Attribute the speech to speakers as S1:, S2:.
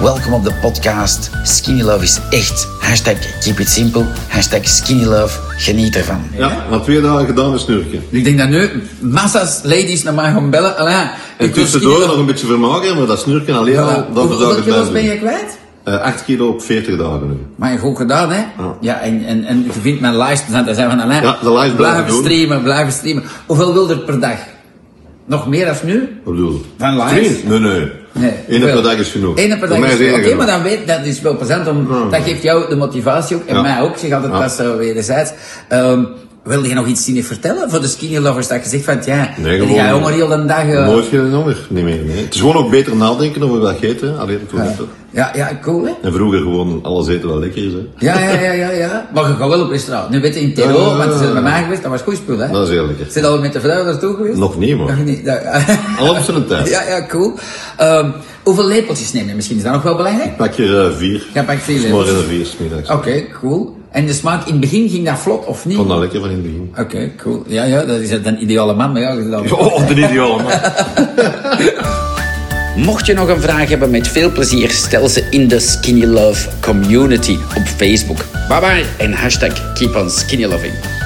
S1: Welkom op de podcast. Skinny Love is echt. Hashtag keep it simple. Hashtag skinny love. Geniet ervan.
S2: Ja, na twee dagen gedaan met snurken.
S3: Ik denk dat nu massa's ladies naar mij gaan bellen. Allee,
S2: En tussendoor nog een beetje vermagen, maar dat snurken alleen al, dat
S3: dat
S2: verzagen
S3: Hoeveel
S2: het
S3: kilo's ben
S2: mij
S3: je kwijt?
S2: zo. Eh, Acht kilo op 40 dagen nu.
S3: Maar goed gedaan, hè? Ja, en, en, en je vindt mijn lives te zijn. Dat zijn van Alain.
S2: Ja, de lives blijven doen.
S3: streamen, blijven streamen. Hoeveel wil er per dag? Nog meer als nu?
S2: Wat bedoel je?
S3: Van live?
S2: Twee? Nee, nee.
S3: Nee,
S2: Eén
S3: hoeveel?
S2: per dag is genoeg.
S3: Eén per dag
S2: Voor mij
S3: is
S2: is één
S3: genoeg. Oké,
S2: genoeg.
S3: maar dan weet dat is wel plezant. Om, Dat geeft jou de motivatie ook. En
S2: Ja.
S3: mij ook. Zeg altijd
S2: Ja.
S3: dat zo wederzijds. Ehm wil je nog iets zien vertellen voor de skinny lovers? Dat je zegt van, ja,
S2: Nee,
S3: die
S2: gewoon-
S3: gaan honger heel de dag... eh,
S2: Nooit geen honger, niet meer. nee. Het is gewoon ook beter nadenken over wat je eet, hè. Allee, dat wordt het.
S3: ja, ja, cool, hè?
S2: En vroeger gewoon alles eten wat lekker is, hè.
S3: Ja, ja, ja, ja, ja. Maar je gaat wel op restaurant. Nu weet je in Terlo,
S2: Ja, ja, ja,
S3: want ze zijn bij
S2: ja.
S3: mij geweest, dat was goed spul, hè?
S2: Dat is heel lekker.
S3: Zit al met de vrouw naartoe geweest?
S2: Nog niet, man.
S3: Nog niet. ja.
S2: Al op zijn tijd.
S3: Ja, ja, cool. Ehm, hoeveel lepeltjes neem je? Misschien is dat nog wel belangrijk?
S2: Pak je eh, vier.
S3: Ja, pak vier, hè.
S2: Morgen en vier, smiddags.
S3: Oké, cool. En de smaak, in het begin ging dat vlot of niet?
S2: Ik vond
S3: Oké,
S2: dat lekker van in het begin.
S3: cool. Ja, ja, dat is een ideale man, maar ja, je zit al-
S2: Oh, de ideale man.
S1: Mocht je nog een vraag hebben, met veel plezier stel ze in de Skinny Love Community op Facebook. Bye bye en hashtag keep on skinny loving.